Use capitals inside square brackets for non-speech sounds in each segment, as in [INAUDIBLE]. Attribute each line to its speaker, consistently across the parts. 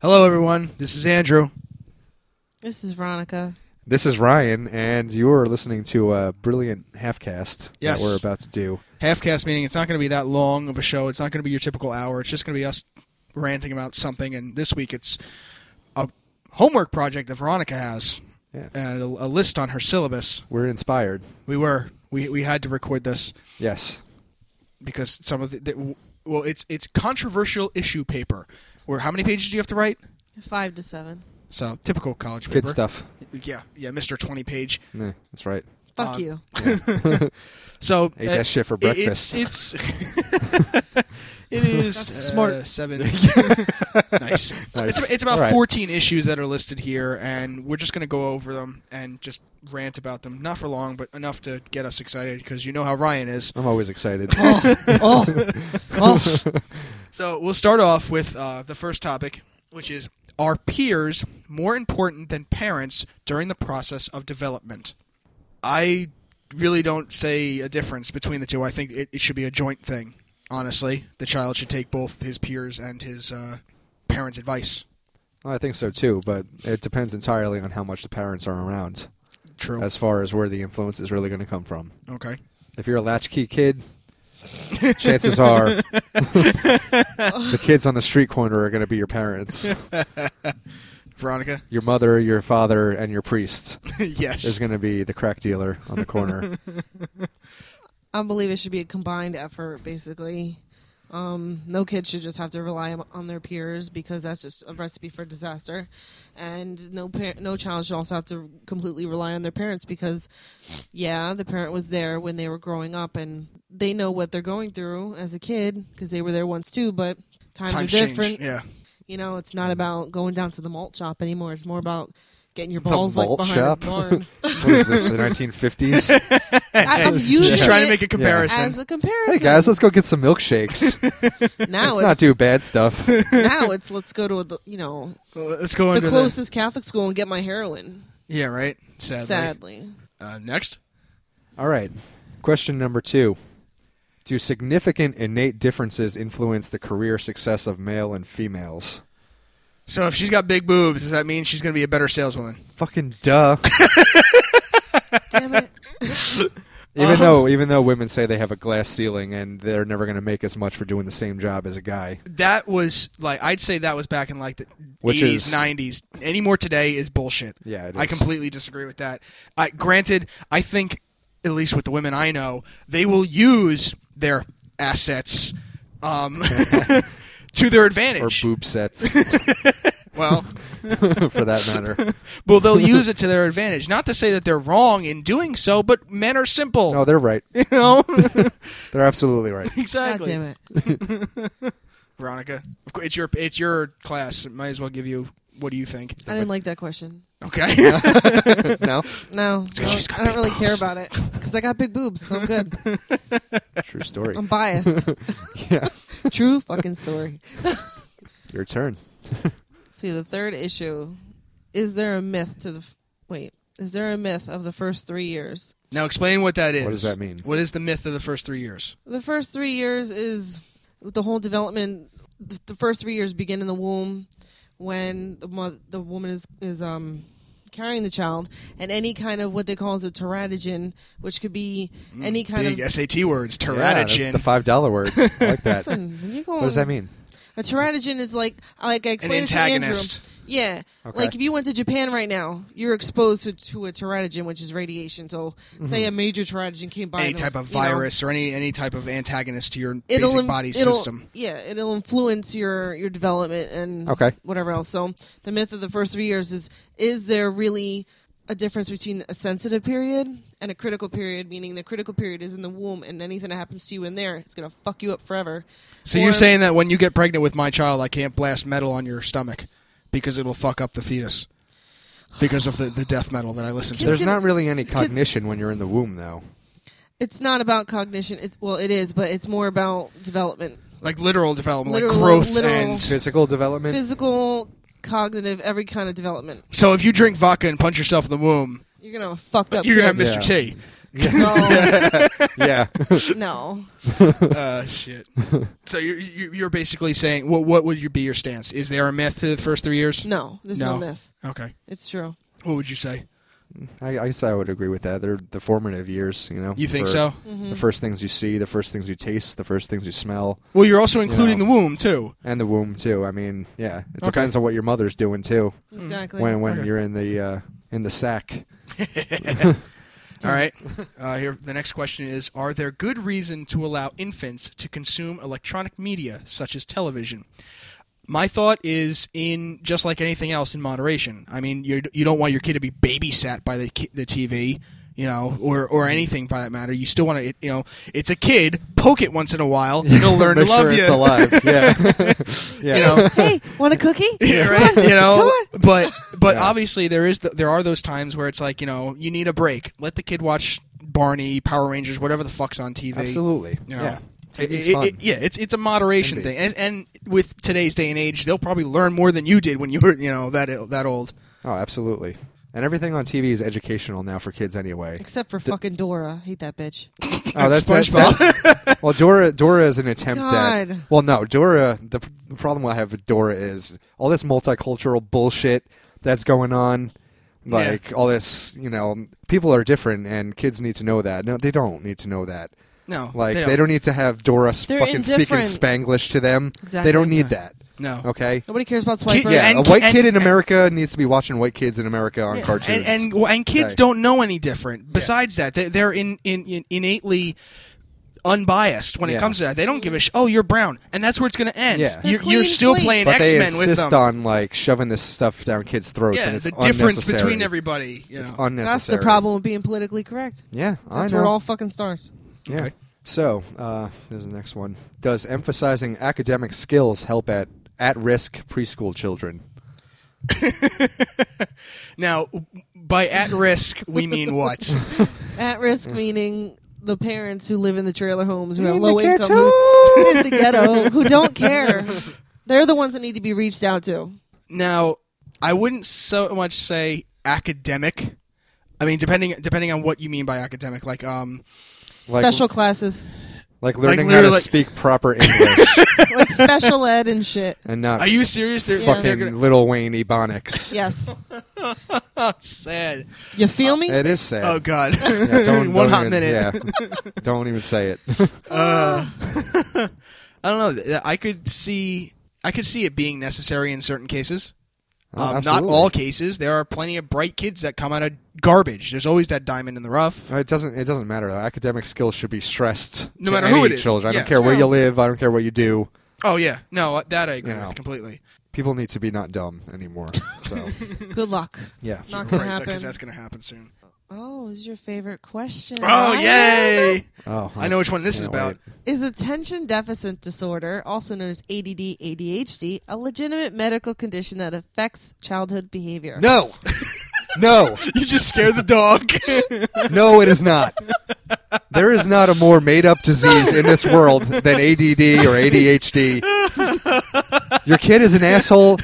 Speaker 1: Hello, everyone. This is Andrew.
Speaker 2: This is Veronica.
Speaker 3: This is Ryan, and you're listening to a brilliant halfcast
Speaker 1: Yes.
Speaker 3: that we're about to do.
Speaker 1: Halfcast meaning it's not going to be that long of a show. It's not going to be your typical hour. It's just going to be us ranting about something. And this week it's a homework project that Veronica has,
Speaker 3: Yeah.
Speaker 1: uh, a, a list on her syllabus.
Speaker 3: We're inspired.
Speaker 1: We were we we had to record this
Speaker 3: Yes.
Speaker 1: because some of the, the well, it's it's controversial issue paper. Where how many pages do you have to write?
Speaker 2: Five to seven.
Speaker 1: So typical college paper.
Speaker 3: Good stuff.
Speaker 1: Yeah, yeah, Mister Twenty Page.
Speaker 3: Yeah, that's right.
Speaker 2: Fuck
Speaker 1: Uh,
Speaker 2: you.
Speaker 1: So uh,
Speaker 3: Ate that shit for breakfast.
Speaker 1: It's,
Speaker 3: [LAUGHS]
Speaker 1: it's [LAUGHS] it is
Speaker 2: That's
Speaker 1: uh,
Speaker 2: smart.
Speaker 1: seven. [LAUGHS] nice. It's, it's about
Speaker 3: All right.
Speaker 1: 14 issues that are listed here, and we're just going to go over them and just rant about them. Not for long, but enough to get us excited because you know how Ryan is.
Speaker 3: I'm always excited. [LAUGHS]
Speaker 2: oh, oh.
Speaker 1: So we'll start off with uh, the first topic, which is are peers more important than parents during the process of development? I really don't say a difference between the two. I think it, it should be a joint thing. Honestly, the child should take both his peers and his uh, parents' advice.
Speaker 3: I think so too, but it depends entirely on how much the parents are around
Speaker 1: True.
Speaker 3: as far as where the influence is really going to come from.
Speaker 1: okay.
Speaker 3: If you're a
Speaker 1: [LAUGHS]
Speaker 3: latchkey kid, chances are the kids on the street corner are going to be your parents,
Speaker 1: Veronica. [LAUGHS]
Speaker 3: your mother, your father, and your priest is
Speaker 1: yes.
Speaker 3: going to be the crack dealer on
Speaker 1: [LAUGHS]
Speaker 3: the corner.
Speaker 2: I believe it should be a combined effort, basically. Um, no kid should just have to rely on- on their peers because that's just a recipe for disaster. And no par- no child should also have to completely rely on their parents because, yeah, the parent was there when they were growing up and they know what they're going through as a kid because they were there once too, but times,
Speaker 1: Times
Speaker 2: are
Speaker 1: change.
Speaker 2: different.
Speaker 1: Yeah.
Speaker 2: [LAUGHS] You know, it's not about going down to the malt shop anymore. It's more about getting your balls like
Speaker 3: malt
Speaker 2: behind
Speaker 3: shop?
Speaker 2: a
Speaker 1: [LAUGHS]
Speaker 2: barn.
Speaker 3: what is this, the [LAUGHS] 1950s?
Speaker 2: I- I'm using
Speaker 1: She's trying
Speaker 2: it
Speaker 1: to make a comparison.
Speaker 2: as a comparison.
Speaker 3: Hey guys, let's go get some milkshakes. [LAUGHS]
Speaker 2: now
Speaker 3: Let's
Speaker 2: it's,
Speaker 3: not do bad [LAUGHS] stuff.
Speaker 2: [LAUGHS] now it's let's go to a, you know
Speaker 1: Let's go
Speaker 2: the
Speaker 1: under
Speaker 2: closest Catholic school and get my heroin.
Speaker 1: The, yeah. Right. Sadly.
Speaker 2: Sadly,
Speaker 1: Uh, next.
Speaker 3: All right. Question number two. Do significant innate differences influence the career success of male and females?
Speaker 1: So if she's got big boobs, does that mean she's going to be a better saleswoman?
Speaker 3: Fucking [LAUGHS] duh.
Speaker 2: damn
Speaker 1: [LAUGHS]
Speaker 2: it.
Speaker 3: even though even though women say they have a glass ceiling and they're never going to make as much for doing the same job as a guy.
Speaker 1: that was like I'd say that was back in like the
Speaker 3: Which
Speaker 1: eighties,
Speaker 3: is-
Speaker 1: nineties. Any more today is bullshit.
Speaker 3: Yeah, it
Speaker 1: I
Speaker 3: is.
Speaker 1: completely disagree with that. I, granted, I think at least with the women I know, they will use their assets um, [LAUGHS] to their
Speaker 3: Or
Speaker 1: advantage.
Speaker 3: boob [LAUGHS] sets,
Speaker 1: well,
Speaker 3: for that matter.
Speaker 1: well, they'll use it to their advantage. Not to say that they're wrong in doing so, but men are simple.
Speaker 3: [LAUGHS] No, they're right.
Speaker 1: You know,
Speaker 3: They're absolutely right.
Speaker 2: God
Speaker 1: exactly.
Speaker 2: damn it.
Speaker 1: Veronica, of cour- it's your it's your class. Might as well give you. What do you think?
Speaker 2: I didn't like that question.
Speaker 1: Okay.
Speaker 3: [LAUGHS]
Speaker 2: [LAUGHS]
Speaker 1: [LAUGHS]
Speaker 3: No,
Speaker 2: No, I
Speaker 1: 'cause she's
Speaker 2: don't,
Speaker 1: got
Speaker 2: I don't
Speaker 1: big
Speaker 2: really care
Speaker 1: boobs.
Speaker 2: about it because I got big boobs, so
Speaker 1: [LAUGHS]
Speaker 2: I'm good.
Speaker 3: true story.
Speaker 2: I'm biased.
Speaker 3: Yeah,
Speaker 2: [LAUGHS] True fucking story.
Speaker 3: your turn.
Speaker 2: See, the third issue is there a myth to the f- wait? Is there a myth of the first three years?
Speaker 1: Now explain what that is.
Speaker 3: What does that mean?
Speaker 1: What is the myth of the first three years?
Speaker 2: The first three years is the whole development. th- The first three years begin in the womb when the mo- the woman is is um carrying the child, and any kind of what they call is a teratogen, which could be any kind
Speaker 1: Mm, Big
Speaker 2: [LAUGHS] of.
Speaker 1: SAT words.
Speaker 3: Yeah, that's
Speaker 1: Teratogen.
Speaker 3: the five dollar word. I like [LAUGHS] that. What
Speaker 2: Listen, when you go
Speaker 3: does
Speaker 2: on-
Speaker 3: that mean?
Speaker 2: A teratogen is like like I explained it to
Speaker 1: antagonist.
Speaker 2: Andrew. Yeah,
Speaker 3: Okay.
Speaker 2: like if you went to Japan right now, you're exposed to, to a teratogen, which is radiation. So,
Speaker 3: Mm-hmm.
Speaker 2: say a major teratogen came by,
Speaker 1: any
Speaker 2: and,
Speaker 1: type of
Speaker 2: you know,
Speaker 1: virus or any any type of antagonist to your
Speaker 2: it'll
Speaker 1: basic
Speaker 2: in-
Speaker 1: body
Speaker 2: it'll-
Speaker 1: system.
Speaker 2: Yeah, it'll influence your your development and
Speaker 3: Okay.
Speaker 2: whatever else. So the myth of the first three years is is there really a difference between a sensitive period and a critical period? Meaning the critical period is in the womb, and anything that happens to you in there, it's gonna fuck you up forever.
Speaker 1: So
Speaker 2: Or-
Speaker 1: you're saying that when you get pregnant with my child, I can't blast metal on your stomach because it'll fuck up the fetus because of the, the death metal that I listen to.
Speaker 2: Kids-
Speaker 3: There's
Speaker 2: gonna-
Speaker 3: not really any cognition when you're in the womb, though.
Speaker 2: it's not about cognition? It's well, it is, but it's more about development,
Speaker 1: like literal development,
Speaker 2: Literal-
Speaker 1: like growth
Speaker 2: literal-
Speaker 1: and.
Speaker 3: Physical development.
Speaker 2: physical, cognitive, every kind of development.
Speaker 1: So if you drink vodka and punch yourself in the womb,
Speaker 2: You're gonna have a fucked up.
Speaker 1: you're gonna have
Speaker 2: kid.
Speaker 1: Mr.
Speaker 3: Yeah.
Speaker 1: T.
Speaker 2: No,
Speaker 3: yeah. [LAUGHS]
Speaker 1: [LAUGHS]
Speaker 2: no.
Speaker 1: Uh, shit. [LAUGHS] so you're you- you're basically saying what what would you be your stance? Is there a myth to the first three years?
Speaker 2: No, there's no.
Speaker 1: No.
Speaker 2: myth.
Speaker 1: Okay.
Speaker 2: It's true.
Speaker 1: What would you say?
Speaker 3: I, I guess I would agree with that. They're the formative years, you know.
Speaker 1: You think
Speaker 3: for
Speaker 1: so?
Speaker 3: The first things you see, the first things you taste, the first things you smell,
Speaker 1: Well, you're also including
Speaker 3: No.
Speaker 1: the womb too.
Speaker 3: and the womb too. I mean, yeah, it
Speaker 1: Okay.
Speaker 3: depends on what your mother's doing too.
Speaker 2: Exactly.
Speaker 3: When when
Speaker 1: Okay.
Speaker 3: you're in the uh, in the sack.
Speaker 1: All right. Uh, here, the next question is: Are there good reason to allow infants to consume electronic media such as television? My thought is in just like anything else in moderation. I mean, you you don't want your kid to be babysat by the ki- the TV, you know, or or anything by that matter. You still want to, you know, it's a kid. Poke it once in a
Speaker 3: [LAUGHS]
Speaker 1: while, and it'll learn
Speaker 3: Make
Speaker 1: to love
Speaker 3: sure
Speaker 1: you.
Speaker 3: it's
Speaker 1: [LAUGHS]
Speaker 3: alive. Yeah. [LAUGHS] yeah.
Speaker 1: You know,
Speaker 2: hey, want a cookie? [LAUGHS]
Speaker 1: Yeah, right? you know,
Speaker 2: Come
Speaker 1: but but
Speaker 3: Yeah.
Speaker 1: obviously there is th there are those times where it's like you know you need a break. Let the kid watch Barney, Power Rangers, whatever the fuck's on TV.
Speaker 3: Absolutely.
Speaker 1: You know?
Speaker 3: Yeah.
Speaker 1: It-
Speaker 3: TV's
Speaker 1: it-
Speaker 3: fun.
Speaker 1: it- yeah, it's it's a moderation
Speaker 3: Can be.
Speaker 1: thing, and, and with today's day and age, they'll probably learn more than you did when you were you know that that old.
Speaker 3: Oh, absolutely. And everything on TV is educational now for kids anyway.
Speaker 2: Except for fucking Dora. Hate that bitch.
Speaker 3: Oh, that's
Speaker 1: SpongeBob.
Speaker 3: that's- [LAUGHS] well, Dora. Dora is an attempt at.
Speaker 2: God.
Speaker 3: Well, no, Dora. The, p- the problem I have with Dora is all this multicultural bullshit that's going on. Like all this, you know, people are different, and kids need to know that. No, they don't need to know that.
Speaker 1: No,
Speaker 3: Like they don't need to have Dora s-
Speaker 2: They're
Speaker 3: fucking speaking
Speaker 2: indifferent.
Speaker 3: Spanglish to them. They
Speaker 2: Exactly.
Speaker 3: don't need that.
Speaker 1: No.
Speaker 3: Okay.
Speaker 2: Nobody cares about swipers.
Speaker 3: Yeah,
Speaker 1: And
Speaker 3: a
Speaker 1: ki-
Speaker 3: white
Speaker 1: and-
Speaker 3: kid in America needs to be watching white kids in America on cartoons.
Speaker 1: And and, well, and kids
Speaker 3: Right.
Speaker 1: don't know any different. Besides that, they, they're in, in, in innately unbiased when
Speaker 3: Yeah.
Speaker 1: it comes to that. They don't give a sh- oh you're brown, and that's where it's going to end.
Speaker 3: Yeah.
Speaker 1: You're,
Speaker 2: They're
Speaker 1: you're
Speaker 2: clean
Speaker 1: still
Speaker 2: slate.
Speaker 1: playing
Speaker 3: but
Speaker 1: X
Speaker 3: they
Speaker 1: Men with
Speaker 3: insist
Speaker 1: them.
Speaker 3: on like shoving this stuff down kids' throats.
Speaker 1: yeah,
Speaker 3: and it's
Speaker 1: the difference
Speaker 3: unnecessary.
Speaker 1: between everybody. You
Speaker 3: It's
Speaker 1: know.
Speaker 3: unnecessary.
Speaker 2: That's the problem with being politically correct.
Speaker 3: Yeah, I
Speaker 2: That's
Speaker 3: know.
Speaker 2: where it all fucking starts.
Speaker 3: yeah.
Speaker 1: Okay.
Speaker 3: So uh, there's the next one. Does emphasizing academic skills help at at-risk preschool children?
Speaker 1: now, by at risk, we mean
Speaker 3: [LAUGHS]
Speaker 1: what?
Speaker 2: At risk meaning the parents who live in the trailer homes who
Speaker 3: In
Speaker 2: have
Speaker 3: the
Speaker 2: low income
Speaker 3: ghetto.
Speaker 2: who, in the ghetto who don't care. They're the ones that need to be reached out to.
Speaker 1: now, I wouldn't so much say academic. I mean, depending depending on what you mean by academic, like um,
Speaker 3: Like,
Speaker 2: special classes.
Speaker 3: like learning how to
Speaker 1: literally, like-
Speaker 3: speak proper English
Speaker 1: [LAUGHS]
Speaker 2: like special ed and shit.
Speaker 3: and not
Speaker 1: are you serious? They're,
Speaker 2: Yeah.
Speaker 1: they're
Speaker 3: fucking
Speaker 1: gonna, [LAUGHS]
Speaker 3: Little Wayne Ebonics.
Speaker 2: Yes.
Speaker 1: that's sad.
Speaker 2: You feel me?
Speaker 3: It is sad.
Speaker 1: Oh God,
Speaker 3: Yeah,
Speaker 1: [LAUGHS]
Speaker 3: don't-
Speaker 1: one
Speaker 3: don't
Speaker 1: hot
Speaker 3: even-
Speaker 1: minute. [LAUGHS]
Speaker 3: Yeah, don't even say it.
Speaker 1: I don't know. Th- I could see I could see it being necessary in certain cases.
Speaker 3: Oh,
Speaker 1: um, not
Speaker 3: absolutely.
Speaker 1: all cases. There are plenty of bright kids that come out of garbage. There's always that diamond in the rough.
Speaker 3: It doesn't. It doesn't matter. Though. Academic skills should be stressed.
Speaker 1: No
Speaker 3: to
Speaker 1: matter who
Speaker 3: any
Speaker 1: it is.
Speaker 3: Children. I
Speaker 1: Yeah.
Speaker 3: don't care where
Speaker 2: Sure.
Speaker 3: you live. I don't care what you do.
Speaker 1: Oh yeah, no, uh, that I agree
Speaker 3: You know.
Speaker 1: with completely.
Speaker 3: People need to be not dumb anymore.
Speaker 2: [LAUGHS]
Speaker 3: So
Speaker 2: Good luck.
Speaker 3: yeah.
Speaker 2: Not gonna happen.
Speaker 1: because that's gonna happen soon.
Speaker 2: Oh, is your favorite question?
Speaker 1: Oh yay!
Speaker 3: Oh,
Speaker 1: I know which one this is
Speaker 3: Can't wait.
Speaker 1: about.
Speaker 2: Is attention deficit disorder, also known as ADD, ADHD, a legitimate medical condition that affects childhood behavior?
Speaker 3: [LAUGHS] No. no.
Speaker 1: You just scared the dog.
Speaker 3: No, it is not. There is not a more made up disease in this world than ADD or ADHD. Your kid is an asshole.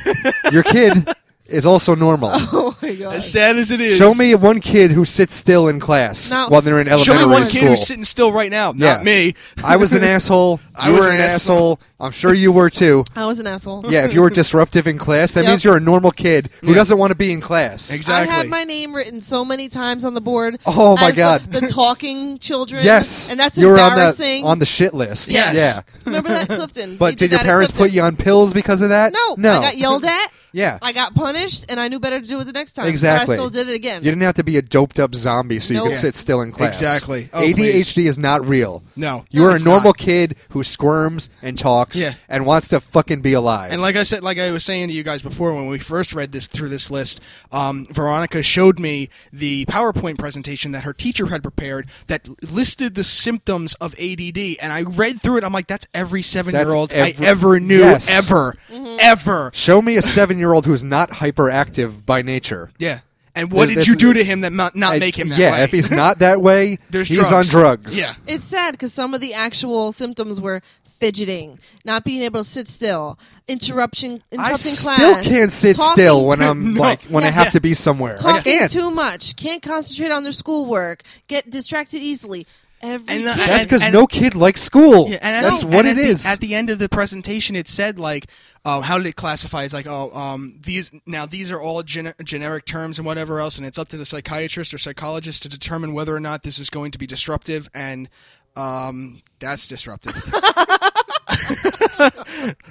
Speaker 3: Your kid is also normal.
Speaker 2: [LAUGHS] Oh my god.
Speaker 1: [LAUGHS] as sad as it is.
Speaker 3: Show me one kid who sits still in class
Speaker 2: No.
Speaker 3: while they're in
Speaker 1: Show
Speaker 3: elementary
Speaker 1: me one
Speaker 3: school.
Speaker 1: kid who's sitting still right now. Not
Speaker 3: Yeah.
Speaker 1: me.
Speaker 3: I was an asshole.
Speaker 1: [LAUGHS] I
Speaker 3: You
Speaker 1: was
Speaker 3: were
Speaker 1: an
Speaker 3: an asshole. I'm sure you were too.
Speaker 2: I was an asshole.
Speaker 3: Yeah, if you were disruptive in class, that
Speaker 2: Yep.
Speaker 3: means you're a normal kid who doesn't want to be in class.
Speaker 1: Exactly.
Speaker 2: I had my name written so many times on the board.
Speaker 3: Oh, my
Speaker 2: as the-
Speaker 3: God.
Speaker 2: The, talking children.
Speaker 3: Yes,
Speaker 2: and that's
Speaker 3: you were on the
Speaker 2: embarrassing.
Speaker 3: on the shit list.
Speaker 1: Yes.
Speaker 3: Yeah,
Speaker 2: Remember that Clifton?
Speaker 3: but
Speaker 2: You
Speaker 3: did your
Speaker 2: that at
Speaker 3: parents put
Speaker 2: Clifton.
Speaker 3: you on pills because of that?
Speaker 2: No,
Speaker 3: no.
Speaker 2: I got yelled at.
Speaker 3: [LAUGHS] Yeah,
Speaker 2: I got punished, and I knew better to do it the next time. but
Speaker 3: exactly.
Speaker 2: I still did it again.
Speaker 3: You didn't have to be a doped up zombie so you
Speaker 2: Nope.
Speaker 3: could sit still in class.
Speaker 1: Exactly. Oh,
Speaker 3: ADHD is not real.
Speaker 1: No,
Speaker 3: you are a
Speaker 1: it's
Speaker 3: normal
Speaker 1: not.
Speaker 3: kid who squirms and talks
Speaker 1: Yeah.
Speaker 3: and wants to fucking be alive.
Speaker 1: And like I said, like I was saying to you guys before, when we first read this through this list, um, Veronica showed me the PowerPoint presentation that her teacher had prepared that listed the symptoms of ADD, and I read through it. I'm like, that's every seven year old I
Speaker 3: every-
Speaker 1: ever knew,
Speaker 3: Yes.
Speaker 1: ever, ever.
Speaker 3: Show me a seven year old who is not hyperactive by nature.
Speaker 1: Yeah. And what
Speaker 3: Th-
Speaker 1: did
Speaker 3: this
Speaker 1: you
Speaker 3: is-
Speaker 1: do to him that not, not make him that
Speaker 3: yeah,
Speaker 1: way?
Speaker 3: if he's not that way,
Speaker 1: [LAUGHS] There's
Speaker 3: he's on drugs.
Speaker 1: Yeah.
Speaker 2: It's sad because some of the actual symptoms were fidgeting, not being able to sit still, interruption, interrupting
Speaker 3: I
Speaker 2: class.
Speaker 3: still can't sit
Speaker 2: talking-
Speaker 3: still when
Speaker 1: [LAUGHS]
Speaker 3: I'm
Speaker 1: No.
Speaker 3: like when I
Speaker 2: Yeah.
Speaker 3: have to be somewhere. I
Speaker 2: talking
Speaker 3: can't.
Speaker 2: too much, can't concentrate on their schoolwork, get distracted easily. Every
Speaker 1: And uh, the-
Speaker 2: kid-
Speaker 3: That's
Speaker 1: and-
Speaker 3: because
Speaker 1: and-
Speaker 3: no kid likes school.
Speaker 1: Yeah, and I
Speaker 3: That's
Speaker 1: know- and
Speaker 3: what it
Speaker 1: at the-
Speaker 3: is.
Speaker 1: at the end of the presentation, it said like, uh, "How did it classify?" It's like, "Oh, um, these now these are all gen- generic terms and whatever else, and it's up to the psychiatrist or psychologist to determine whether or not this is going to be disruptive." And um, that's disruptive. [LAUGHS]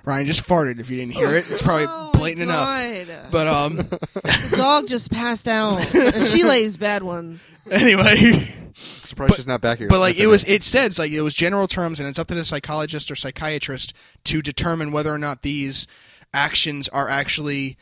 Speaker 1: Ryan just farted. If you didn't hear it, it's probably
Speaker 2: Oh,
Speaker 1: blatant enough.
Speaker 2: God.
Speaker 1: But um, [LAUGHS]
Speaker 2: the dog just passed out, and she lays bad
Speaker 1: [LAUGHS]
Speaker 2: ones.
Speaker 1: anyway.
Speaker 3: Surprised she's not back here.
Speaker 1: But like it was, it says like it was general terms, and it's up to the psychologist or psychiatrist to determine whether or not these actions are actually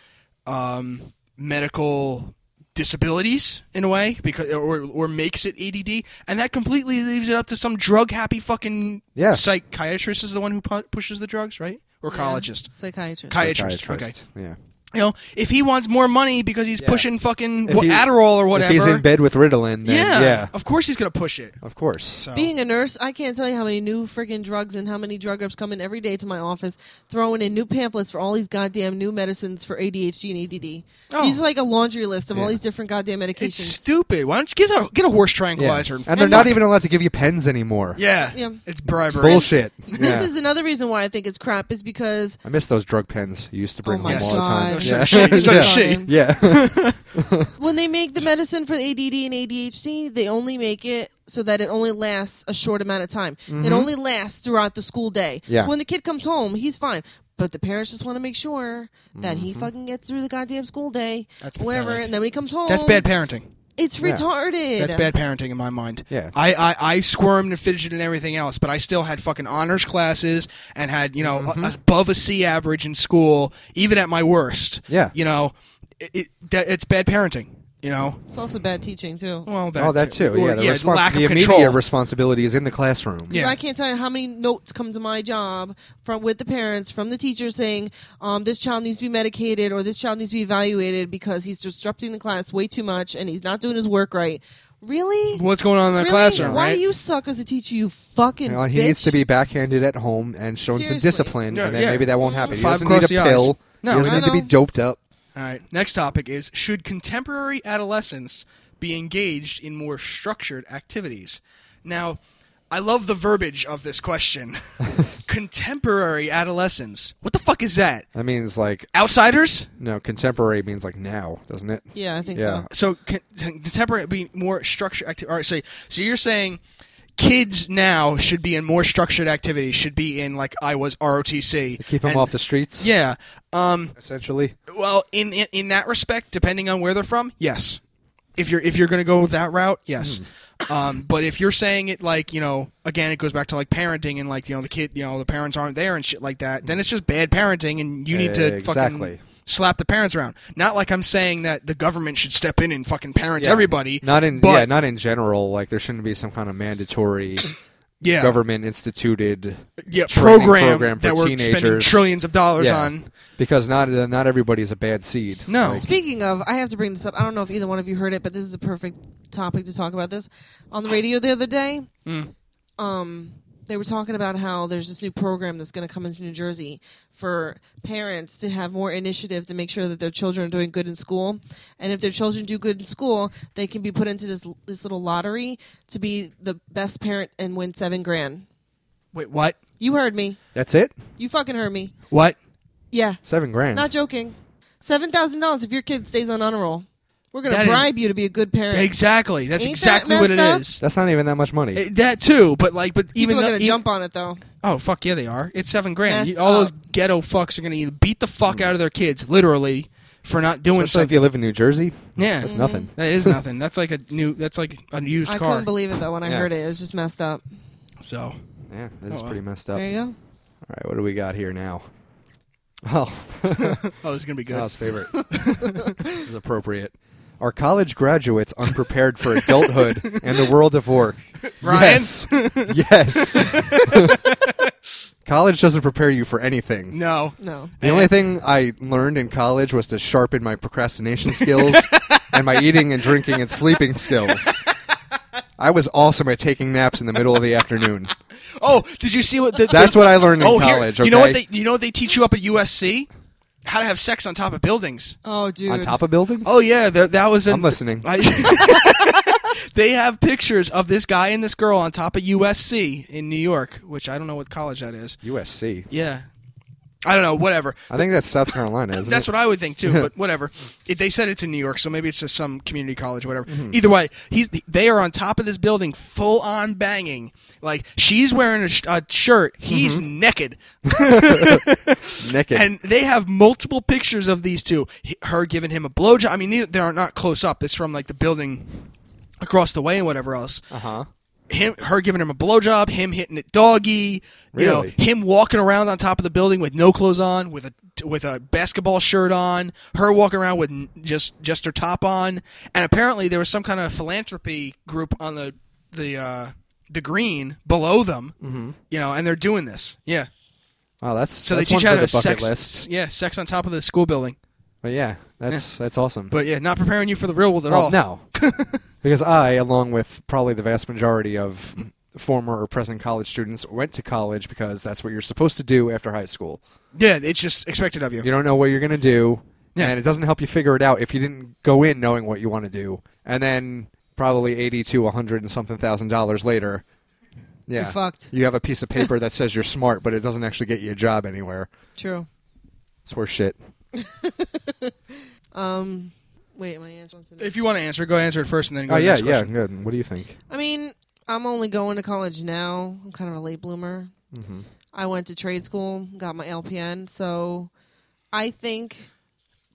Speaker 1: um, medical disabilities in a way, because or or makes it ADD, and that completely leaves it up to some drug happy fucking
Speaker 3: Yeah.
Speaker 1: psychiatrist is the one who pu- pushes the drugs, right? Or
Speaker 2: Yeah,
Speaker 1: collegist,
Speaker 2: psychiatrist.
Speaker 1: psychiatrist. Okay,
Speaker 3: Yeah.
Speaker 1: you know if he wants more money because he's
Speaker 3: Yeah.
Speaker 1: pushing fucking
Speaker 3: If
Speaker 1: wha-
Speaker 3: he-
Speaker 1: Adderall or whatever,
Speaker 3: If he's in bed with Ritalin, then
Speaker 1: yeah,
Speaker 3: yeah,
Speaker 1: of course he's gonna push it.
Speaker 3: of course.
Speaker 1: So.
Speaker 2: Being a nurse, I can't tell you how many new friggin' drugs and how many drug reps come in every day to my office, throwing in new pamphlets for all these goddamn new medicines for ADHD and E ADD.
Speaker 1: Oh.
Speaker 2: It's like a laundry list of all
Speaker 3: Yeah.
Speaker 2: these different goddamn
Speaker 1: It's
Speaker 2: medications.
Speaker 1: stupid. Why don't you get a get a horse
Speaker 3: Yeah.
Speaker 1: tranquilizer?
Speaker 3: And they're not
Speaker 2: look-
Speaker 3: even allowed to give you pens anymore.
Speaker 1: Yeah,
Speaker 2: Yeah.
Speaker 1: it's bribery.
Speaker 3: Bullshit.
Speaker 2: This
Speaker 3: Yeah.
Speaker 2: is another reason why I think it's crap is because
Speaker 3: I miss those drug pens. You used to bring
Speaker 2: Oh
Speaker 3: home
Speaker 2: my
Speaker 1: Yes.
Speaker 3: all the time.
Speaker 1: No,
Speaker 2: God.
Speaker 1: so
Speaker 3: [LAUGHS] yeah.
Speaker 1: shit. So
Speaker 3: yeah.
Speaker 1: shit.
Speaker 2: Fine.
Speaker 3: [LAUGHS] Yeah.
Speaker 2: when they make the medicine for ADD and ADHD, they only make it so that it only lasts a short amount of time. It only lasts throughout the school day.
Speaker 3: Yeah.
Speaker 2: So when the kid comes home, he's fine. But the parents just want to make sure that he fucking gets through the goddamn school day,
Speaker 1: That's
Speaker 2: whatever.
Speaker 1: pathetic.
Speaker 2: And then when he comes home,
Speaker 1: That's bad parenting.
Speaker 2: It's
Speaker 3: Yeah.
Speaker 2: retarded.
Speaker 1: That's bad parenting in my mind.
Speaker 3: Yeah.
Speaker 1: I, I, I squirmed and fidgeted and everything else, but I still had fucking honors classes and had, you know, a-
Speaker 3: Mm-hmm.
Speaker 1: above a C average in school, even at my worst.
Speaker 3: Yeah.
Speaker 1: You know, it, it, that, it's bad parenting, you know?
Speaker 2: It's also bad teaching too.
Speaker 1: Well, that
Speaker 3: Oh, that too.
Speaker 1: Or,
Speaker 3: yeah, the, respons-
Speaker 1: lack
Speaker 3: the
Speaker 1: of
Speaker 3: immediate
Speaker 1: control.
Speaker 3: responsibility is in the classroom.
Speaker 1: Yeah.
Speaker 2: Because I can't tell you how many notes come to my job from with the parents, from the teacher saying, um, "This child needs to be medicated" or "This child needs to be evaluated because he's disrupting the class way too much and he's not doing his work right." Really?
Speaker 1: What's going on in that
Speaker 2: Really?
Speaker 1: classroom,
Speaker 2: Why
Speaker 1: right?
Speaker 2: do you suck as a teacher? You fucking.
Speaker 3: You know, he
Speaker 2: bitch?
Speaker 3: needs to be backhanded at home and shown some
Speaker 2: Seriously.
Speaker 3: discipline,
Speaker 1: Yeah,
Speaker 3: and then
Speaker 1: yeah.
Speaker 3: maybe that won't happen.
Speaker 1: Five
Speaker 3: he doesn't need
Speaker 1: across
Speaker 3: a
Speaker 1: the eyes.
Speaker 3: pill.
Speaker 1: No,
Speaker 3: he doesn't
Speaker 2: I
Speaker 3: need to be
Speaker 2: know.
Speaker 3: doped up.
Speaker 1: All right. Next topic is should contemporary adolescents be engaged in more structured activities? Now, I love the verbiage of this question. [LAUGHS] contemporary adolescents. What the fuck is that?
Speaker 3: That means like
Speaker 1: Outsiders?
Speaker 3: no, contemporary means like now, doesn't it?
Speaker 2: Yeah, I think
Speaker 3: Yeah.
Speaker 2: so.
Speaker 1: So con- contemporary be more structured active. All right, so so you're saying kids now should be in more structured activities, should be in like I was ROTC.
Speaker 3: Keep him
Speaker 1: And-
Speaker 3: off the streets.
Speaker 1: Yeah. Um
Speaker 3: essentially.
Speaker 1: Well, in, in in that respect, depending on where they're from, yes. If you're if you're going to go that route, yes.
Speaker 3: Hmm.
Speaker 1: Um, but if you're saying it like you know, again, it goes back to like parenting and like you know the kid, you know, the parents aren't there and shit like that. Then it's just bad parenting, and you need to
Speaker 3: Exactly.
Speaker 1: fucking slap the parents around. Not like I'm saying that the government should step in and fucking parent
Speaker 3: Yeah.
Speaker 1: everybody.
Speaker 3: Not in
Speaker 1: but,
Speaker 3: yeah, not in general. Like there shouldn't be some kind of mandatory
Speaker 1: [COUGHS] yeah,
Speaker 3: government instituted
Speaker 1: yeah,
Speaker 3: training
Speaker 1: program,
Speaker 3: program for
Speaker 1: that we're spending
Speaker 3: teenagers.
Speaker 1: trillions of dollars on.
Speaker 3: because not uh, not everybody's a bad seed.
Speaker 1: No.
Speaker 3: Like,
Speaker 2: Speaking of, I have to bring this up. I don't know if either one of you heard it, but this is a perfect topic to talk about this. On the radio the other day, um, they were talking about how there's this new program that's going to come into New Jersey for parents to have more initiative to make sure that their children are doing good in school. And if their children do good in school, they can be put into this this little lottery to be the best parent and win seven grand.
Speaker 1: Wait, what?
Speaker 2: You heard me.
Speaker 3: that's it.
Speaker 2: You fucking heard me.
Speaker 1: What?
Speaker 2: Yeah.
Speaker 3: Seven grand.
Speaker 2: Not joking. Seven thousand dollars if your kid stays on honor roll. We're gonna
Speaker 1: That is-
Speaker 2: bribe you to be a good parent.
Speaker 1: Exactly. That's
Speaker 2: Ain't that
Speaker 1: exactly what
Speaker 2: messed
Speaker 1: it
Speaker 2: up?
Speaker 1: is.
Speaker 3: that's not even that much money.
Speaker 1: Eh, That too, but like, but
Speaker 2: People
Speaker 1: even
Speaker 2: are
Speaker 1: though-
Speaker 2: gonna
Speaker 1: even-
Speaker 2: jump Oh. on it though.
Speaker 1: Oh fuck yeah, they are. It's seven grand.
Speaker 2: Messed
Speaker 1: You- all those
Speaker 2: up.
Speaker 1: ghetto fucks are gonna either beat the fuck out of their kids, literally, for not doing
Speaker 3: Mm. Especially if
Speaker 1: something.
Speaker 3: you live in New Jersey.
Speaker 1: yeah,
Speaker 3: That's nothing.
Speaker 1: That
Speaker 3: [LAUGHS]
Speaker 1: is nothing. That's like a new. That's like a used
Speaker 2: I
Speaker 1: car.
Speaker 2: couldn't believe it though when I
Speaker 3: Yeah.
Speaker 2: heard it. It was just messed up.
Speaker 1: so
Speaker 3: Yeah, that's
Speaker 1: wow.
Speaker 3: pretty messed up.
Speaker 2: Mm-hmm. There you go.
Speaker 3: All right, what do we got
Speaker 1: [LAUGHS]
Speaker 3: here now? Oh,
Speaker 1: oh, this is gonna be good. [LAUGHS]
Speaker 3: Kyle's favorite. this is appropriate. Are college graduates unprepared for adulthood and the world of work?
Speaker 1: Ryan? [LAUGHS]
Speaker 3: Yes. Yes. college doesn't prepare you for anything.
Speaker 1: no,
Speaker 2: No.
Speaker 3: The only thing I learned in college was to sharpen my procrastination skills and my eating and drinking and sleeping skills. I was awesome at taking naps in the middle of the afternoon.
Speaker 1: Oh, did you see what? The,
Speaker 3: That's
Speaker 1: the-
Speaker 3: what I learned in
Speaker 1: oh, here-
Speaker 3: college.
Speaker 1: You know what
Speaker 3: okay?
Speaker 1: they? You know what they teach you up at USC? How to have sex on top of buildings.
Speaker 2: Oh, dude.
Speaker 3: on top of buildings?
Speaker 1: Oh yeah, th- that was. In,
Speaker 3: I'm listening.
Speaker 1: I- [LAUGHS] they have pictures of this guy and this girl on top of USC in New York, which I don't know what college that is.
Speaker 3: USC.
Speaker 1: Yeah, I don't know. Whatever.
Speaker 3: I think that's South Carolina, isn't
Speaker 1: That's
Speaker 3: it?
Speaker 1: what I would
Speaker 3: [LAUGHS]
Speaker 1: think too, but whatever. It, they said it's in New York, so maybe it's just some community college, whatever.
Speaker 3: Mm-hmm.
Speaker 1: Either way, he's they are on top of this building, full on banging. Like she's wearing a, sh- a shirt, he's
Speaker 3: Mm-hmm.
Speaker 1: naked,
Speaker 3: Naked.
Speaker 1: and they have multiple pictures of these two. He- Her giving him a blowjob. I mean, they, they are not close up. It's from like the building across the way and whatever else.
Speaker 3: huh?
Speaker 1: Him, her giving him a blowjob, him hitting it doggy. You know,
Speaker 3: Really?
Speaker 1: him walking around on top of the building with no clothes on, with a with a basketball shirt on. Her walking around with n- just just her top on. And apparently, there was some kind of philanthropy group on the the uh, the green below them. Mm-hmm. You know, and they're doing this. Yeah.
Speaker 3: Wow, that's
Speaker 1: So
Speaker 3: that's
Speaker 1: they teach
Speaker 3: one
Speaker 1: you
Speaker 3: for
Speaker 1: how
Speaker 3: the
Speaker 1: to
Speaker 3: bucket
Speaker 1: sex.
Speaker 3: list.
Speaker 1: Yeah, sex on top of the school building.
Speaker 3: But yeah, that's that's awesome.
Speaker 1: But oh. yeah, not preparing you for the real world at
Speaker 3: well,
Speaker 1: all. [LAUGHS]
Speaker 3: no, because I, along with probably the vast majority of former or present college students, went to college because that's what you're supposed to do after high school.
Speaker 1: Yeah, it's just expected of you.
Speaker 3: You don't know what you're going to do,
Speaker 1: Yeah.
Speaker 3: and it doesn't help you figure it out if you didn't go in knowing what you want to do, and then probably eighty to a hundred and something thousand dollars later. Yeah,
Speaker 2: You're fucked.
Speaker 3: You have a piece of paper that says you're smart, but it doesn't actually get you a job anywhere.
Speaker 2: True.
Speaker 3: It's horse shit.
Speaker 2: Um, wait, my answer.
Speaker 1: If you want to answer, go answer it first, and then go.
Speaker 3: Oh
Speaker 1: to the
Speaker 3: yeah,
Speaker 1: next
Speaker 3: yeah.
Speaker 1: question.
Speaker 3: Good. What do you think?
Speaker 2: I mean, I'm only going to college now. I'm kind of a late bloomer. I went to trade school, got my LPN, so I think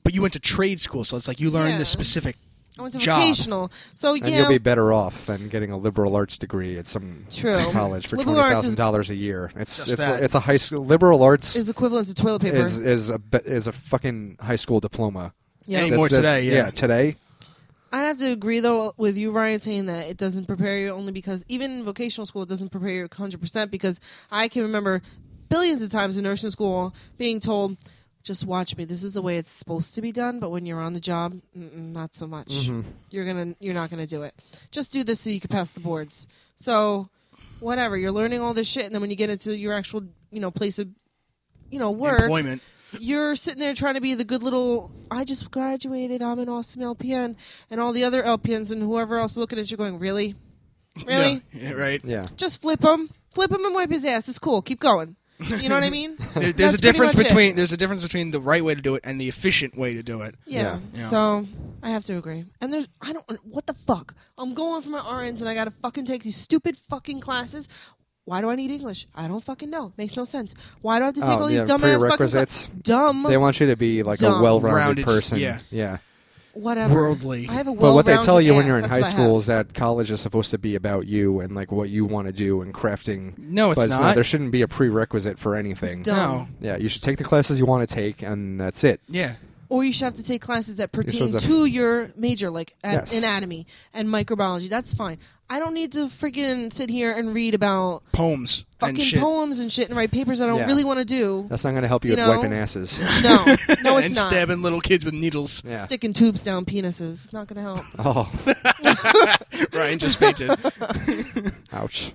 Speaker 1: But you went to trade school, so it's like you learned
Speaker 2: Yeah.
Speaker 1: the specific.
Speaker 2: I went to
Speaker 1: Job.
Speaker 2: vocational. So
Speaker 3: And
Speaker 2: yeah,
Speaker 3: you'll be better off than getting a liberal arts degree at some
Speaker 2: True.
Speaker 3: college for
Speaker 2: Liberal
Speaker 3: twenty
Speaker 2: arts is-
Speaker 3: thousand dollars a year. It's
Speaker 1: Just
Speaker 3: it's
Speaker 1: that.
Speaker 3: it's a high school liberal arts
Speaker 2: is
Speaker 3: is
Speaker 2: equivalent to toilet paper.
Speaker 3: is, a be- is a fucking high school diploma.
Speaker 2: yeah.
Speaker 1: Any- More today, yeah.
Speaker 3: today.
Speaker 2: I'd have to agree though with you, Ryan, saying that it doesn't prepare you only because even vocational school doesn't prepare you 100 percent because I can remember billions of times in nursing school being told, "Just watch me. This is the way it's supposed to be done." But when you're on the job, mm-mm, not so much. You're gonna you're not gonna do it. Just do this so you can pass the boards. So whatever you're learning all this shit, and then when you get into your actual you know place of you know work,
Speaker 1: Employment.
Speaker 2: you're sitting there trying to be the good little I just graduated, I'm an awesome LPN and all the other LPNs and whoever else looking at you going, "Really? Really?
Speaker 1: Yeah, yeah, right.
Speaker 3: Yeah.
Speaker 2: Just flip him. Flip him and wipe his ass. It's cool. Keep going." You know what I mean?
Speaker 1: [LAUGHS] There, there's
Speaker 2: That's
Speaker 1: a
Speaker 2: pretty
Speaker 1: difference
Speaker 2: much it.
Speaker 1: between there's a difference between the right way to do it and the efficient way to do it.
Speaker 2: Yeah.
Speaker 1: Yeah.
Speaker 2: So I have to agree. And there's I don't what the fuck. I'm going for my RNs and I gotta fucking take these stupid fucking classes. Why do I need English? I don't fucking know. Makes no sense. Why do I have to take
Speaker 3: Oh,
Speaker 2: all
Speaker 3: yeah,
Speaker 2: these dumb ass fucking
Speaker 3: prerequisites.
Speaker 2: classes? Dumb.
Speaker 3: They want you to be like
Speaker 2: Dumb.
Speaker 3: a well-rounded
Speaker 1: Rounded,
Speaker 3: person.
Speaker 1: yeah.
Speaker 3: yeah.
Speaker 2: whatever.
Speaker 1: Worldly.
Speaker 2: I have a
Speaker 3: But what they tell
Speaker 2: well-rounded
Speaker 3: you when
Speaker 2: ass.
Speaker 3: you're in
Speaker 2: That's
Speaker 3: high
Speaker 2: what I have.
Speaker 3: school is that college is supposed to be about you and like what you want to do and crafting.
Speaker 1: No, it's
Speaker 3: but
Speaker 1: not.
Speaker 3: There shouldn't be a prerequisite for anything.
Speaker 2: dumb.
Speaker 1: No.
Speaker 3: Yeah, you should take the classes you want to take, and that's it.
Speaker 1: Yeah.
Speaker 2: Or you should have to take classes that pertain
Speaker 3: supposed to-
Speaker 2: to your major, like at
Speaker 3: Yes.
Speaker 2: anatomy and microbiology. That's fine. I don't need to freaking sit here and read about
Speaker 1: Poems and
Speaker 2: fucking
Speaker 1: shit.
Speaker 2: poems and shit and write papers I don't
Speaker 3: Yeah.
Speaker 2: really want to do.
Speaker 3: That's not going to help you,
Speaker 2: You
Speaker 3: with
Speaker 2: know? [LAUGHS]
Speaker 3: wiping asses.
Speaker 2: no,
Speaker 1: [LAUGHS]
Speaker 2: no, it's
Speaker 1: and
Speaker 2: not.
Speaker 1: stabbing little kids with needles.
Speaker 3: Yeah.
Speaker 2: Sticking tubes down penises. It's not going to help.
Speaker 3: [LAUGHS] Oh,
Speaker 1: [LAUGHS] Ryan just fainted. [LAUGHS]
Speaker 3: ouch.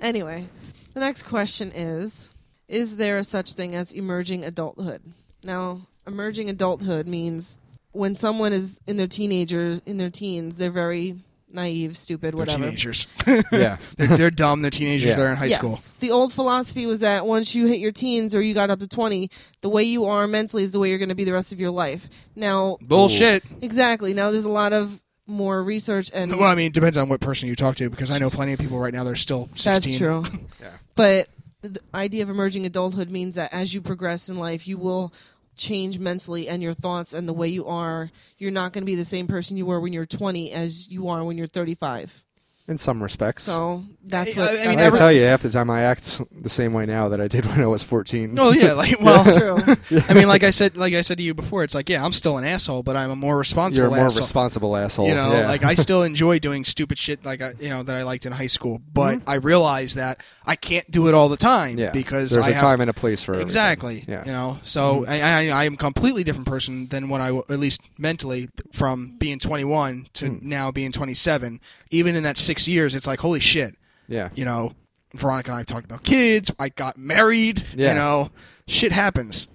Speaker 2: Anyway, the next question is Is there a such thing as emerging adulthood? Now, emerging adulthood means when someone is in their teenagers, in their teens, they're very naive, stupid,
Speaker 1: They're
Speaker 2: [LAUGHS] whatever.
Speaker 1: teenagers. [LAUGHS]
Speaker 3: Yeah.
Speaker 1: they're, they're dumb. They're teenagers.
Speaker 3: Yeah.
Speaker 1: They're in high
Speaker 2: yes.
Speaker 1: school.
Speaker 2: The old philosophy was that once you hit your teens or you got up to 20, the way you are mentally is the way you're going to be the rest of your life. Now,
Speaker 1: Bullshit.
Speaker 2: exactly. Now there's a lot of more research and
Speaker 1: [LAUGHS] Well, I mean, it depends on what person you talk to because I know plenty of people right now. They're still sixteen.
Speaker 2: That's true.
Speaker 3: Yeah.
Speaker 2: But the idea of emerging adulthood means that as you progress in life, you will change mentally and your thoughts and the way you are. You're not going to be the same person you were when you're 20 as you are when you're 35.
Speaker 3: [LAUGHS] In some respects.
Speaker 2: So that's
Speaker 1: I-
Speaker 2: what.
Speaker 1: I
Speaker 2: that's
Speaker 1: mean,
Speaker 3: I
Speaker 2: what-
Speaker 1: every-
Speaker 3: tell [LAUGHS] you, half the time I act the same way now that I did [LAUGHS] when I was 14.
Speaker 1: Oh yeah, [LAUGHS] like well,
Speaker 2: True.
Speaker 1: I mean, like I said, like I said to you before, it's like yeah, I'm still an asshole, but I'm a more responsible.
Speaker 3: You're a more
Speaker 1: asshole.
Speaker 3: responsible asshole.
Speaker 1: You know,
Speaker 3: Yeah. [LAUGHS]
Speaker 1: like I still enjoy doing stupid shit like I, you know that I liked in high school, but
Speaker 2: Mm-hmm.
Speaker 1: I realize that I can't do it all the time
Speaker 3: yeah.
Speaker 1: because
Speaker 3: there's
Speaker 1: I
Speaker 3: a
Speaker 1: have
Speaker 3: time and a place for everything.
Speaker 1: exactly.
Speaker 3: Yeah.
Speaker 1: You know, so
Speaker 2: Mm-hmm.
Speaker 1: I, I I am a completely different person than when I
Speaker 3: Hmm.
Speaker 1: w- at least mentally from being 21 to now being 27. Even in that six years, it's like holy shit.
Speaker 3: Yeah.
Speaker 1: You know, Veronica and I talked about kids. I got married.
Speaker 3: Yeah.
Speaker 1: You know, shit happens.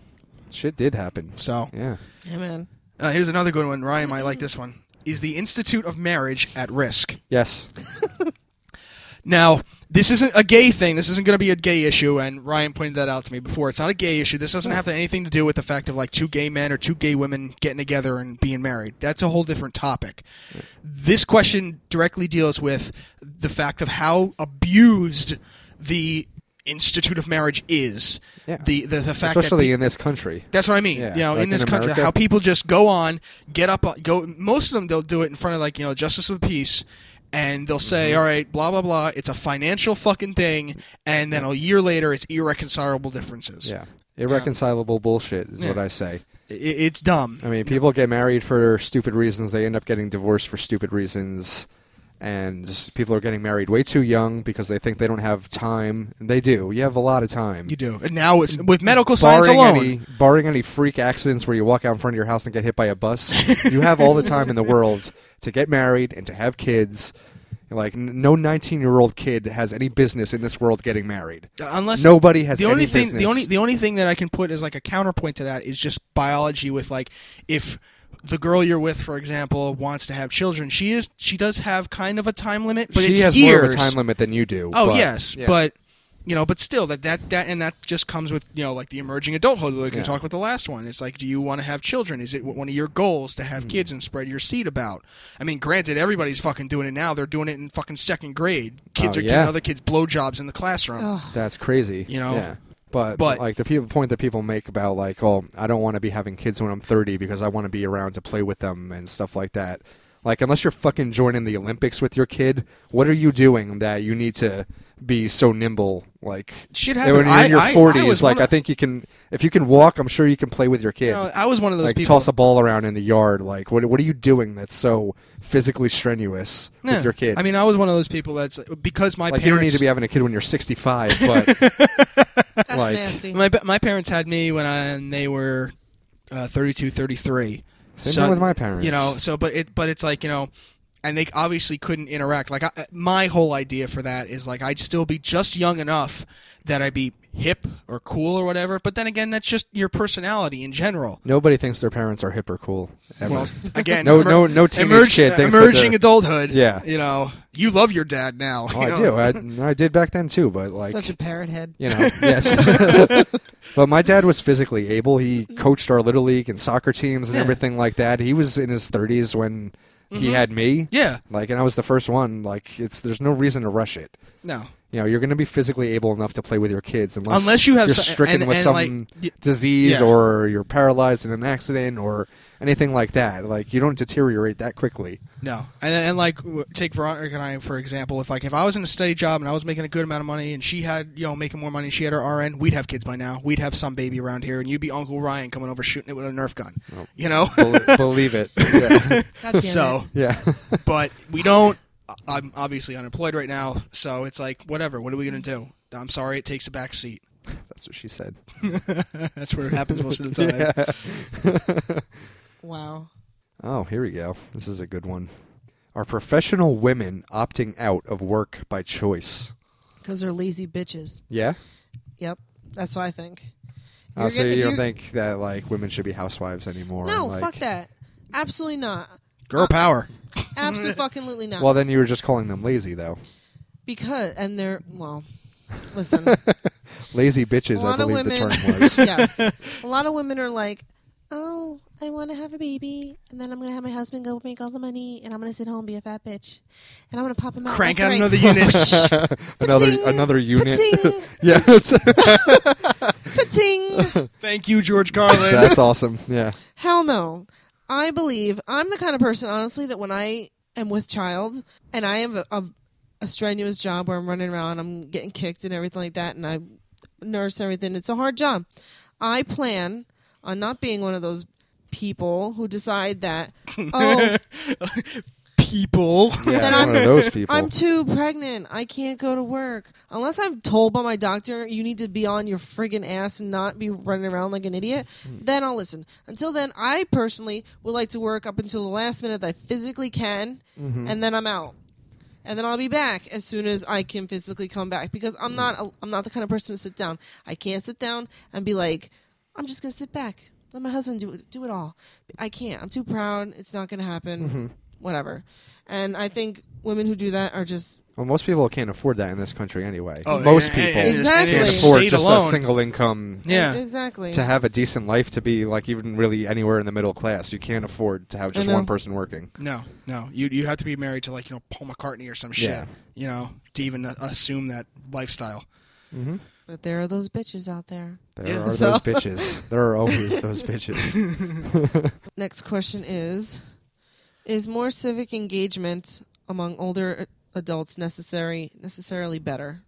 Speaker 3: Shit did happen.
Speaker 1: So
Speaker 3: Yeah.
Speaker 2: Yeah, man.
Speaker 1: uh, here's another good one. Ryan might like this one. Is the Institute of Marriage at risk?
Speaker 3: Yes.
Speaker 1: Now, this isn't a gay thing. This isn't going to be a gay issue, and Ryan pointed that out to me before. It's not a gay issue. This doesn't have to, anything to do with the fact of like two gay men or two gay women getting together and being married. That's a whole different topic. This question directly deals with the fact of how abused the Institute of Marriage is.
Speaker 3: Yeah.
Speaker 1: The, the the fact that
Speaker 3: Especially
Speaker 1: pe-
Speaker 3: in this country.
Speaker 1: that's what I mean.
Speaker 3: Yeah,
Speaker 1: you know,
Speaker 3: like
Speaker 1: in this
Speaker 3: in
Speaker 1: country,
Speaker 3: America.
Speaker 1: how people just go on, get up, on- go. Most of them they'll do it in front of like you know justice of the peace, and they'll
Speaker 3: Mm-hmm.
Speaker 1: say, "All right, blah blah blah." It's a financial fucking thing, and then a year later, it's irreconcilable differences.
Speaker 3: Yeah. Irreconcilable bullshit is what
Speaker 1: Yeah.
Speaker 3: I say.
Speaker 1: I- it's dumb.
Speaker 3: I mean, people get married for stupid reasons. They end up getting divorced for stupid reasons. And people are getting married way too young because they think they don't have time. And they do. You have a lot of time.
Speaker 1: You do, and now it's with medical science
Speaker 3: Mm, barring
Speaker 1: alone.
Speaker 3: any, barring any freak accidents where you walk out in front of your house and get hit by
Speaker 1: [LAUGHS]
Speaker 3: a bus, you have all the time in the world to get married and to have kids. Like n- no nineteen-year-old kid has any business in this world getting married.
Speaker 1: Unless
Speaker 3: Nobody has
Speaker 1: the only
Speaker 3: any
Speaker 1: thing
Speaker 3: business.
Speaker 1: the only the only thing that I can put as like a counterpoint to that is just biology with like if the girl you're with for example wants to have children she is she does have kind of a time limit but
Speaker 3: she
Speaker 1: it's
Speaker 3: has
Speaker 1: years
Speaker 3: more of a time limit than you do.
Speaker 1: Oh
Speaker 3: but-
Speaker 1: yes,
Speaker 3: yeah.
Speaker 1: but you know, but still that that that and that just comes with you know like the emerging adulthood. Like
Speaker 3: Yeah.
Speaker 1: we talked about the last one, it's like, do you want to have children? Is it one of your goals to
Speaker 3: Hmm.
Speaker 1: have kids and spread your seed about? I mean, granted, everybody's fucking doing it now. They're doing it in fucking second grade. Kids
Speaker 3: Oh,
Speaker 1: are
Speaker 3: yeah.
Speaker 1: giving other kids blowjobs in the classroom.
Speaker 2: Ugh.
Speaker 3: That's crazy.
Speaker 1: You know?
Speaker 3: Yeah. But,
Speaker 1: But-
Speaker 3: like the people point that people make about like, oh, I don't want to be having kids when I'm 30 because I want to be around to play with them and stuff like that. Like unless you're fucking joining the Olympics with your kid, what are you doing that you need to be so nimble? Like
Speaker 1: Shit
Speaker 3: when you're
Speaker 1: happened.
Speaker 3: in
Speaker 1: I-
Speaker 3: your
Speaker 1: I- I
Speaker 3: 40s,
Speaker 1: was
Speaker 3: like
Speaker 1: one of-
Speaker 3: I think you can, if you can walk, I'm sure you can play with your kid.
Speaker 1: You know, I was one of those
Speaker 3: like
Speaker 1: people.
Speaker 3: toss a ball around in the yard. Like what? What are you doing that's so physically strenuous
Speaker 1: Yeah.
Speaker 3: with your kid?
Speaker 1: I mean, I was one of those people that's because my
Speaker 3: like
Speaker 1: parents
Speaker 3: you don't need to be having a kid when you're 65, but
Speaker 2: That's
Speaker 3: Like-
Speaker 2: nasty.
Speaker 1: my my parents had me when I, and they were uh, 32, 33.
Speaker 3: same
Speaker 1: So-
Speaker 3: thing with my parents.
Speaker 1: you know so but it but it's like you know and they obviously couldn't interact like I, uh, my whole idea for that is like i'd still be just young enough that i'd be hip or cool or whatever but then again that's just your personality in general
Speaker 3: Nobody thinks their parents are hip or cool. Ever. [LAUGHS]
Speaker 1: well again
Speaker 3: No- no- no teenage
Speaker 1: emerge-
Speaker 3: kid thinks that
Speaker 1: emerging
Speaker 3: they're-
Speaker 1: adulthood
Speaker 3: Yeah.
Speaker 1: you know you love your dad now
Speaker 3: oh,
Speaker 1: you
Speaker 3: I
Speaker 1: know?
Speaker 3: do. I, no, I did back then too, but like,
Speaker 2: Such a parrot head.
Speaker 3: you know, yes. [LAUGHS] but my dad was physically able. He coached our little league and soccer teams and
Speaker 1: Yeah. Mm-hmm.
Speaker 3: everything like that. He was in his 30s when he had me.
Speaker 1: yeah
Speaker 3: Like, and I was the first one. Like, it's there's no reason to rush it.
Speaker 1: no
Speaker 3: You know, you're going to be physically able enough to play with your kids unless,
Speaker 1: Unless you have
Speaker 3: you're
Speaker 1: so-
Speaker 3: stricken
Speaker 1: and-
Speaker 3: with
Speaker 1: and,
Speaker 3: some
Speaker 1: like, y-
Speaker 3: disease
Speaker 1: yeah.
Speaker 3: or you're paralyzed in an accident or anything like that. Like, you don't deteriorate that quickly.
Speaker 1: No, and and like w- take Veronica and I for example. If like if I was in a steady job and I was making a good amount of money, and she had you know making more money, she had her RN, we'd have kids by now. We'd have some baby around here, and you'd be Uncle Ryan coming over shooting it with a Nerf gun, you know. [LAUGHS]
Speaker 3: Bel- believe it. Yeah.
Speaker 2: God damn it.
Speaker 1: so,
Speaker 3: Yeah.
Speaker 1: but we don't. I- I'm obviously unemployed right now, so it's like whatever. What are we gonna do? I'm sorry, it takes a back seat. [LAUGHS]
Speaker 3: That's what she said.
Speaker 1: That's where it happens most of the time.
Speaker 2: Wow.
Speaker 3: Oh, here we go. This is a good one. Are professional women opting out of work by choice?
Speaker 2: Because they're lazy bitches.
Speaker 3: Yeah.
Speaker 2: Yep. That's what I think.
Speaker 3: Uh,
Speaker 2: You're
Speaker 3: so
Speaker 2: gonna- if
Speaker 3: you don't
Speaker 2: you're-
Speaker 3: think that like women should be housewives anymore?
Speaker 2: No,
Speaker 3: like-
Speaker 2: fuck that. Absolutely not.
Speaker 1: Girl power.
Speaker 2: Absolutely not.
Speaker 3: Well, then you were just calling them lazy, though.
Speaker 2: because and they're
Speaker 3: [LAUGHS]
Speaker 2: well. Listen,
Speaker 3: Lazy
Speaker 2: a
Speaker 3: bitches, I
Speaker 2: lot of
Speaker 3: believe the term
Speaker 2: women. [LAUGHS]
Speaker 3: was.
Speaker 2: yes, a lot of women are like, "Oh, I want to have a baby, and then I'm gonna have my husband go make all the money, and I'm gonna sit home and be a fat bitch, and I'm gonna pop him out."
Speaker 1: Crank
Speaker 2: left
Speaker 1: out
Speaker 2: and right."
Speaker 1: another unit.
Speaker 2: [LAUGHS]
Speaker 3: another
Speaker 2: Pating,
Speaker 3: another unit.
Speaker 2: Pating,
Speaker 3: [LAUGHS] yeah, that's,
Speaker 2: pating.
Speaker 1: Thank you, George Carlin.
Speaker 3: that's awesome. Yeah,
Speaker 2: Hell no. I believe I'm the kind of person, honestly, that when I am with child and I have a, a, a strenuous job where I'm running around, I'm getting kicked and everything like that, and I nurse and everything, it's a hard job. I plan on not being one of those people who decide that, oh,
Speaker 1: People.
Speaker 3: yeah,
Speaker 2: I'm-
Speaker 3: one of those people.
Speaker 2: I'm too pregnant. I can't go to work. Unless I'm told by my doctor you need to be on your friggin' ass and not be running around like an idiot, then I'll listen. Until then, I personally would like to work up until the last minute that I physically can, and then I'm out. and then I'll be back as soon as I can physically come back because I'm not a, I'm not the kind of person to sit down. I can't sit down and be like, I'm just gonna sit back. Let my husband do it, do it all. I can't. I'm too proud. It's not gonna happen.
Speaker 1: Mm-hmm.
Speaker 2: Whatever. And I think women who do that are just
Speaker 3: Well, most people can't afford that in this country anyway.
Speaker 1: Oh,
Speaker 3: most
Speaker 1: and- and-
Speaker 3: people
Speaker 1: and this- and
Speaker 2: Exactly.
Speaker 1: this
Speaker 3: can't
Speaker 2: Just
Speaker 3: afford
Speaker 1: state
Speaker 3: just
Speaker 1: alone.
Speaker 3: a single income
Speaker 1: Yeah.
Speaker 2: e- exactly
Speaker 3: to have a decent life to be like even really anywhere in the middle class. You can't afford to have just
Speaker 2: know.
Speaker 3: one person working.
Speaker 1: No, no. You you have to be married to like you know Paul McCartney or some shit.
Speaker 3: Yeah.
Speaker 1: You know to even uh, assume that lifestyle.
Speaker 2: But there are those bitches out there.
Speaker 3: There
Speaker 1: Yeah.
Speaker 3: are
Speaker 2: So- [LAUGHS]
Speaker 3: those bitches. There are always those bitches.
Speaker 2: Next question is Is more civic engagement among older adults necessary necessarily better?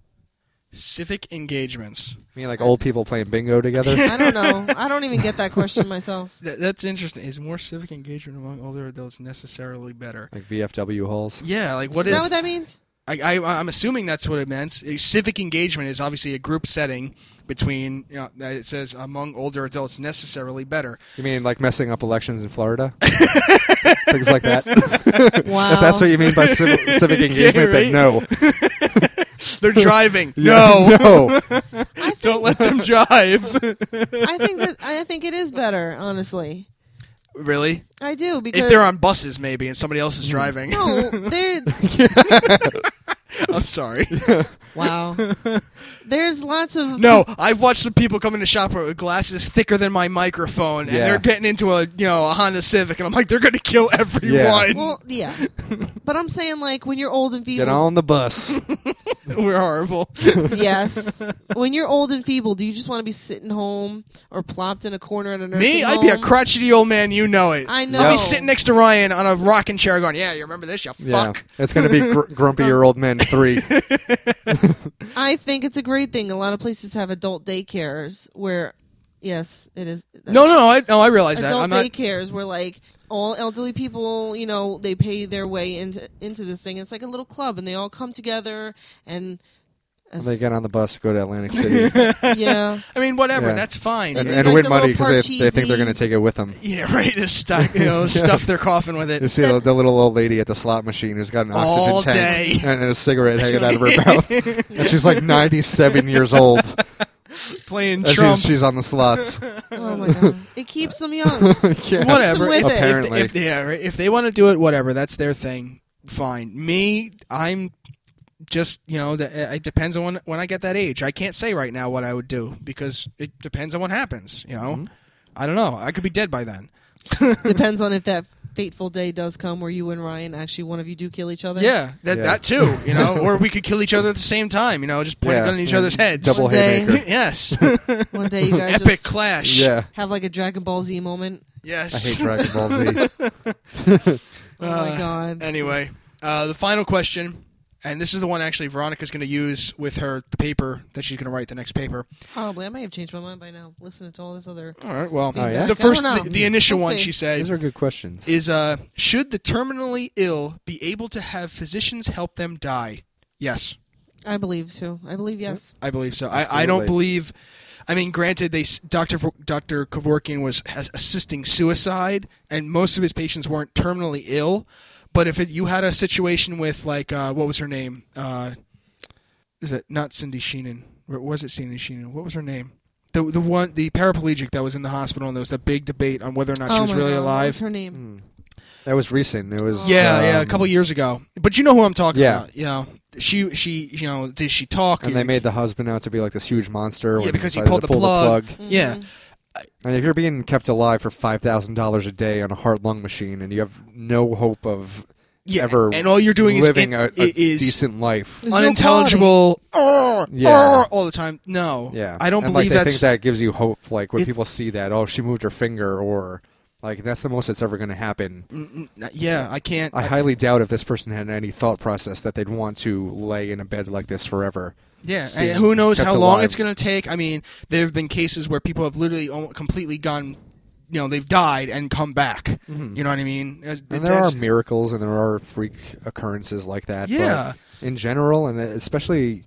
Speaker 1: Civic engagements.
Speaker 3: I mean, like old people playing bingo together.
Speaker 2: I
Speaker 1: [LAUGHS]
Speaker 2: don't know. I don't even get that question myself.
Speaker 1: Th- that's interesting. Is more civic engagement among older adults necessarily better?
Speaker 3: Like VFW halls.
Speaker 1: Yeah, like what
Speaker 2: is
Speaker 1: is?
Speaker 2: that what that means?
Speaker 1: I, I I'm assuming that's what it meant. Uh, Civic engagement is obviously a group setting between. You know, that it says among older adults necessarily better. [LAUGHS]
Speaker 3: You mean like messing up elections in
Speaker 2: [LAUGHS]
Speaker 3: Florida? Things like that.
Speaker 2: Wow.
Speaker 3: If that's what you mean by
Speaker 2: [LAUGHS]
Speaker 3: civic, civic engagement,
Speaker 1: right.
Speaker 3: then no.
Speaker 1: They're [LAUGHS] driving.
Speaker 3: Yeah, [LAUGHS]
Speaker 1: no,
Speaker 2: [LAUGHS]
Speaker 3: no.
Speaker 2: I think,
Speaker 1: don't let them drive.
Speaker 2: I think that I think it is better, honestly.
Speaker 1: really?
Speaker 2: I do because
Speaker 1: If they're on buses, maybe, and somebody else is driving.
Speaker 2: no, they're
Speaker 1: [LAUGHS] I'm sorry.
Speaker 2: wow. There's lots of
Speaker 1: No, I've watched some people come into shop with glasses thicker than my microphone, and
Speaker 3: Yeah.
Speaker 1: they're getting into a you know a Honda Civic, and I'm like, they're going to kill everyone.
Speaker 2: Well, yeah, but I'm saying like when you're old and feeble,
Speaker 3: Get on
Speaker 2: [LAUGHS]
Speaker 3: the bus.
Speaker 1: [LAUGHS] We're horrible.
Speaker 2: Yes. when you're old and feeble, do you just want to be sitting home or plopped in a corner at a nursing
Speaker 1: Me, I'd be a
Speaker 2: home?
Speaker 1: crotchety old man. You know it.
Speaker 2: I know.
Speaker 1: I'd be sitting next to Ryan on a rocking chair, going, "Yeah, you remember this? You
Speaker 3: Yeah,
Speaker 1: fuck." [LAUGHS]
Speaker 3: it's gonna
Speaker 2: [LAUGHS]
Speaker 3: be gr- grumpier old men three.
Speaker 2: I think it's a great thing. A lot of places have adult daycares where, yes, it is.
Speaker 1: No, no, I, no. I realize that.
Speaker 2: adult
Speaker 1: I'm not.
Speaker 2: daycares where like all elderly people, you know, they pay their way into into this thing. It's like a little club, and they all come together and.
Speaker 1: Oh
Speaker 3: they get on the bus, go to
Speaker 2: [LAUGHS]
Speaker 3: Atlantic City,
Speaker 2: yeah,
Speaker 1: I mean, whatever.
Speaker 3: Yeah.
Speaker 1: That's fine.
Speaker 3: and,
Speaker 2: do
Speaker 3: and
Speaker 2: like
Speaker 3: win
Speaker 2: the
Speaker 3: money
Speaker 2: little
Speaker 3: because they, they think they're
Speaker 2: Parcheesi.
Speaker 3: gonna take it with them.
Speaker 1: yeah, right. This
Speaker 3: [LAUGHS]
Speaker 1: stuff, you know, stuff they're coughing with
Speaker 3: You
Speaker 1: it.
Speaker 3: see the, the little old lady at the slot machine who's got an oxygen
Speaker 1: All
Speaker 3: tank
Speaker 1: day.
Speaker 3: And, and
Speaker 1: [LAUGHS]
Speaker 3: a cigarette hanging out of her mouth, and she's like 97 years old, and
Speaker 1: Playing Trump.
Speaker 3: she's, she's on
Speaker 1: [LAUGHS]
Speaker 3: the slots. [LAUGHS]
Speaker 2: oh my god, it keeps them young.
Speaker 3: Yeah.
Speaker 1: whatever. If-
Speaker 2: with it.
Speaker 1: if-
Speaker 3: Apparently.
Speaker 1: if, they- yeah, right. if they want to do it, whatever. That's their thing. Fine. Me, I'm just you know. The, it depends on when, when I get that age. I can't say right now what I would do because it depends on what happens. You
Speaker 3: Mm-hmm.
Speaker 1: know, I don't know. I could be dead by then.
Speaker 2: Depends on if that fateful day does come where you and Ryan actually one of you do kill each other.
Speaker 1: Yeah, that
Speaker 3: Yeah.
Speaker 1: that too. You
Speaker 3: [LAUGHS]
Speaker 1: know, or we could kill each other at the same time. You know, just point a
Speaker 3: Yeah, Mm-hmm.
Speaker 1: gun at each
Speaker 3: and
Speaker 1: other's heads.
Speaker 3: Double
Speaker 2: One day.
Speaker 3: haymaker.
Speaker 1: [LAUGHS]
Speaker 2: [LAUGHS]
Speaker 1: yes,
Speaker 2: one day you guys
Speaker 1: epic
Speaker 2: just
Speaker 1: clash.
Speaker 3: Yeah,
Speaker 2: have like a Dragon Ball Z moment.
Speaker 3: I
Speaker 1: Yes.
Speaker 3: hate Dragon Ball Z.
Speaker 2: Oh my god.
Speaker 1: Anyway, uh, the final question, and this is the one actually Veronica's going to use with her the paper that she's going to write the next paper.
Speaker 2: Probably. I may have changed my mind by now, listening to all this other.
Speaker 1: All right. Well,
Speaker 3: Oh, yeah?
Speaker 1: the
Speaker 2: I
Speaker 1: first,
Speaker 2: don't
Speaker 1: the,
Speaker 2: know.
Speaker 1: the initial
Speaker 2: We'll
Speaker 1: one
Speaker 2: see.
Speaker 1: she
Speaker 3: These
Speaker 1: said
Speaker 3: are good questions.
Speaker 1: is, uh, "Should the terminally ill be able to have physicians help them die?" Yes,
Speaker 2: I believe too. I believe yes.
Speaker 1: I believe so. I, I don't
Speaker 3: Absolutely.
Speaker 1: believe. I mean, granted, they Doctor Doctor Kevorkian was has assisting suicide, and most of his patients weren't terminally ill. But if it, you had a situation with like uh, what was her name? Uh, is it not Cindy Sheenan? Or was it Cindy Sheenan? What was her name? The the one the paraplegic that was in the hospital, and there was the big debate on whether or not she
Speaker 2: oh
Speaker 1: was
Speaker 2: my
Speaker 1: really
Speaker 2: God, what
Speaker 1: alive. Hmm,
Speaker 2: was her name?
Speaker 3: That was recent. It was
Speaker 1: Yeah, yeah, a
Speaker 3: um,
Speaker 1: couple years ago. But you know who I'm talking
Speaker 3: Yeah.
Speaker 1: about. You know, she, she, you know, did she talk?
Speaker 3: And they made the husband out to be like this huge monster. when
Speaker 1: because he
Speaker 3: decided
Speaker 1: pulled
Speaker 3: to
Speaker 1: the
Speaker 3: pull
Speaker 1: plug.
Speaker 3: plug.
Speaker 1: yeah,
Speaker 2: Mm-hmm.
Speaker 3: And if you're being kept alive for five thousand dollars a day on a heart lung machine, and you have no hope of
Speaker 1: yeah.
Speaker 3: ever
Speaker 1: and all you're doing
Speaker 3: living
Speaker 1: is,
Speaker 3: a, a
Speaker 1: is
Speaker 3: decent life,
Speaker 2: There's no
Speaker 1: unintelligible, "Arr,
Speaker 3: Yeah.
Speaker 1: arr," all the time. No,
Speaker 3: yeah,
Speaker 1: I don't
Speaker 3: and,
Speaker 1: believe
Speaker 3: like, they
Speaker 1: that's
Speaker 3: think that gives you hope. Like when
Speaker 1: It-
Speaker 3: people see that, oh, she moved her finger, or like that's the most that's ever going to happen.
Speaker 1: Yeah, Mm, I can't.
Speaker 3: I highly doubt if this person had any thought process that they'd want to lay in a bed like this forever.
Speaker 1: Yeah,
Speaker 3: Yeah.
Speaker 1: and who knows
Speaker 3: Kept
Speaker 1: how long
Speaker 3: alive.
Speaker 1: it's going to take? I mean, there have been cases where people have literally al- completely gone. You know, they've died and come back. You know what I mean? As-
Speaker 3: Mm-hmm. And there are
Speaker 1: that's-
Speaker 3: miracles and there are freak occurrences like that.
Speaker 1: Yeah.
Speaker 3: But in general, and especially,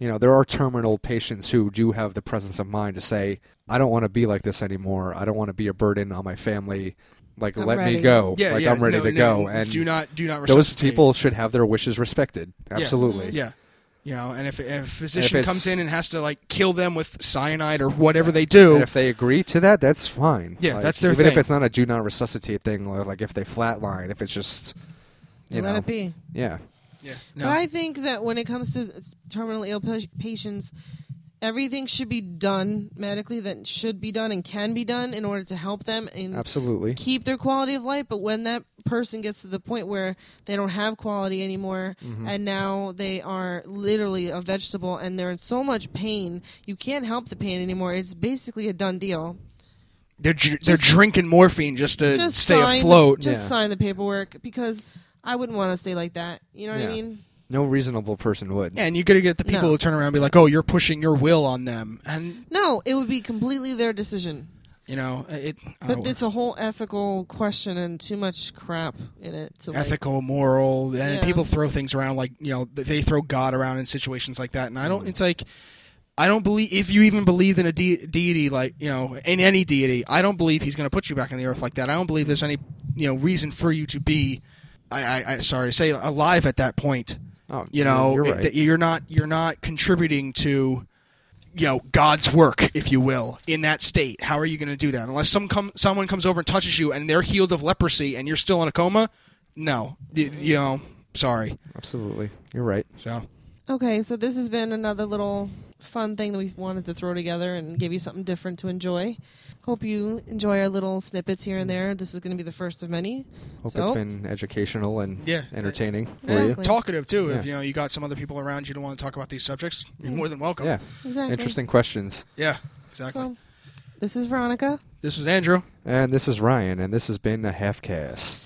Speaker 3: you know, there are terminal patients who do have the presence of mind to say, I don't want to be like this anymore. I don't want to be a burden on my family. like
Speaker 2: I'm
Speaker 3: let me
Speaker 2: ready.
Speaker 3: go
Speaker 1: Yeah,
Speaker 3: like
Speaker 1: yeah,
Speaker 3: i'm ready
Speaker 1: no,
Speaker 3: to
Speaker 1: no,
Speaker 3: go and
Speaker 1: do not do not
Speaker 3: those
Speaker 1: resuscitate.
Speaker 3: people should have their wishes respected
Speaker 1: Yeah,
Speaker 3: absolutely
Speaker 1: Yeah, you know, and if, if a physician
Speaker 3: it's-
Speaker 1: comes in and has to like kill them with cyanide or whatever they do,
Speaker 3: And if they agree to that, that's fine.
Speaker 1: Yeah,
Speaker 3: Like,
Speaker 1: that's their
Speaker 3: even if
Speaker 1: thing.
Speaker 3: it's not a do not resuscitate thing, or like if they flatline, if it's just you
Speaker 2: Let
Speaker 3: know,
Speaker 2: it be.
Speaker 3: yeah,
Speaker 1: yeah, no,
Speaker 2: But I think that when it comes to s- terminal ill pa- patients, everything should be done medically that should be done and can be done in order to help them and
Speaker 3: absolutely.
Speaker 2: keep their quality of life. But when that person gets to the point where they don't have quality anymore and now they are literally a vegetable and they're in so much pain, you can't help the pain anymore. It's basically a done deal.
Speaker 1: they're dr- they're drinking morphine just to
Speaker 2: Just
Speaker 1: stay
Speaker 2: sign,
Speaker 1: afloat.
Speaker 2: Just
Speaker 3: yeah.
Speaker 2: sign the paperwork because I wouldn't want to stay like that. You know what
Speaker 3: Yeah.
Speaker 2: I mean?
Speaker 3: No reasonable person would.
Speaker 1: Yeah, and you could get the people
Speaker 2: No.
Speaker 1: who turn around and be like, "Oh, you're pushing your will on them," and
Speaker 2: No, it would be completely their decision.
Speaker 1: you know, it.
Speaker 2: But
Speaker 1: oh,
Speaker 2: it's a whole ethical question and too much crap in it. To like,
Speaker 1: ethical, moral, and
Speaker 2: Yeah.
Speaker 1: people throw things around like you know th- they throw God around in situations like that, and I
Speaker 2: Mm.
Speaker 1: don't. It's like I don't believe if you even believed in a de- deity like you know in any deity, I don't believe he's going to put you back on the earth like that. I don't believe there's any you know reason for you to be. I, I, I sorry to say alive at that point.
Speaker 3: Oh,
Speaker 1: you know
Speaker 3: you're
Speaker 1: it-
Speaker 3: right.
Speaker 1: that you're not you're not contributing to you know God's work, if you will, in that state. How are you going to do that unless some come, someone comes over and touches you and they're healed of leprosy and you're still in a coma? No, Y- you know, sorry.
Speaker 3: absolutely. You're right.
Speaker 1: So
Speaker 2: okay, so this has been another little fun thing that we wanted to throw together and give you something different to enjoy. Hope you enjoy our little snippets here and there. This is going to be the first of many.
Speaker 3: Hope
Speaker 2: so,
Speaker 3: it's been educational and
Speaker 1: Yeah.
Speaker 3: entertaining for you.
Speaker 2: Exactly.
Speaker 1: talkative too.
Speaker 3: Yeah. Mm-hmm.
Speaker 1: If you know you got some other people around you don't want to talk about these subjects, you're more than welcome.
Speaker 3: Yeah,
Speaker 2: Exactly.
Speaker 3: interesting questions.
Speaker 1: Yeah, exactly.
Speaker 2: So, this is Veronica.
Speaker 1: this was Andrew.
Speaker 3: And this is Ryan, and this has been a half cast.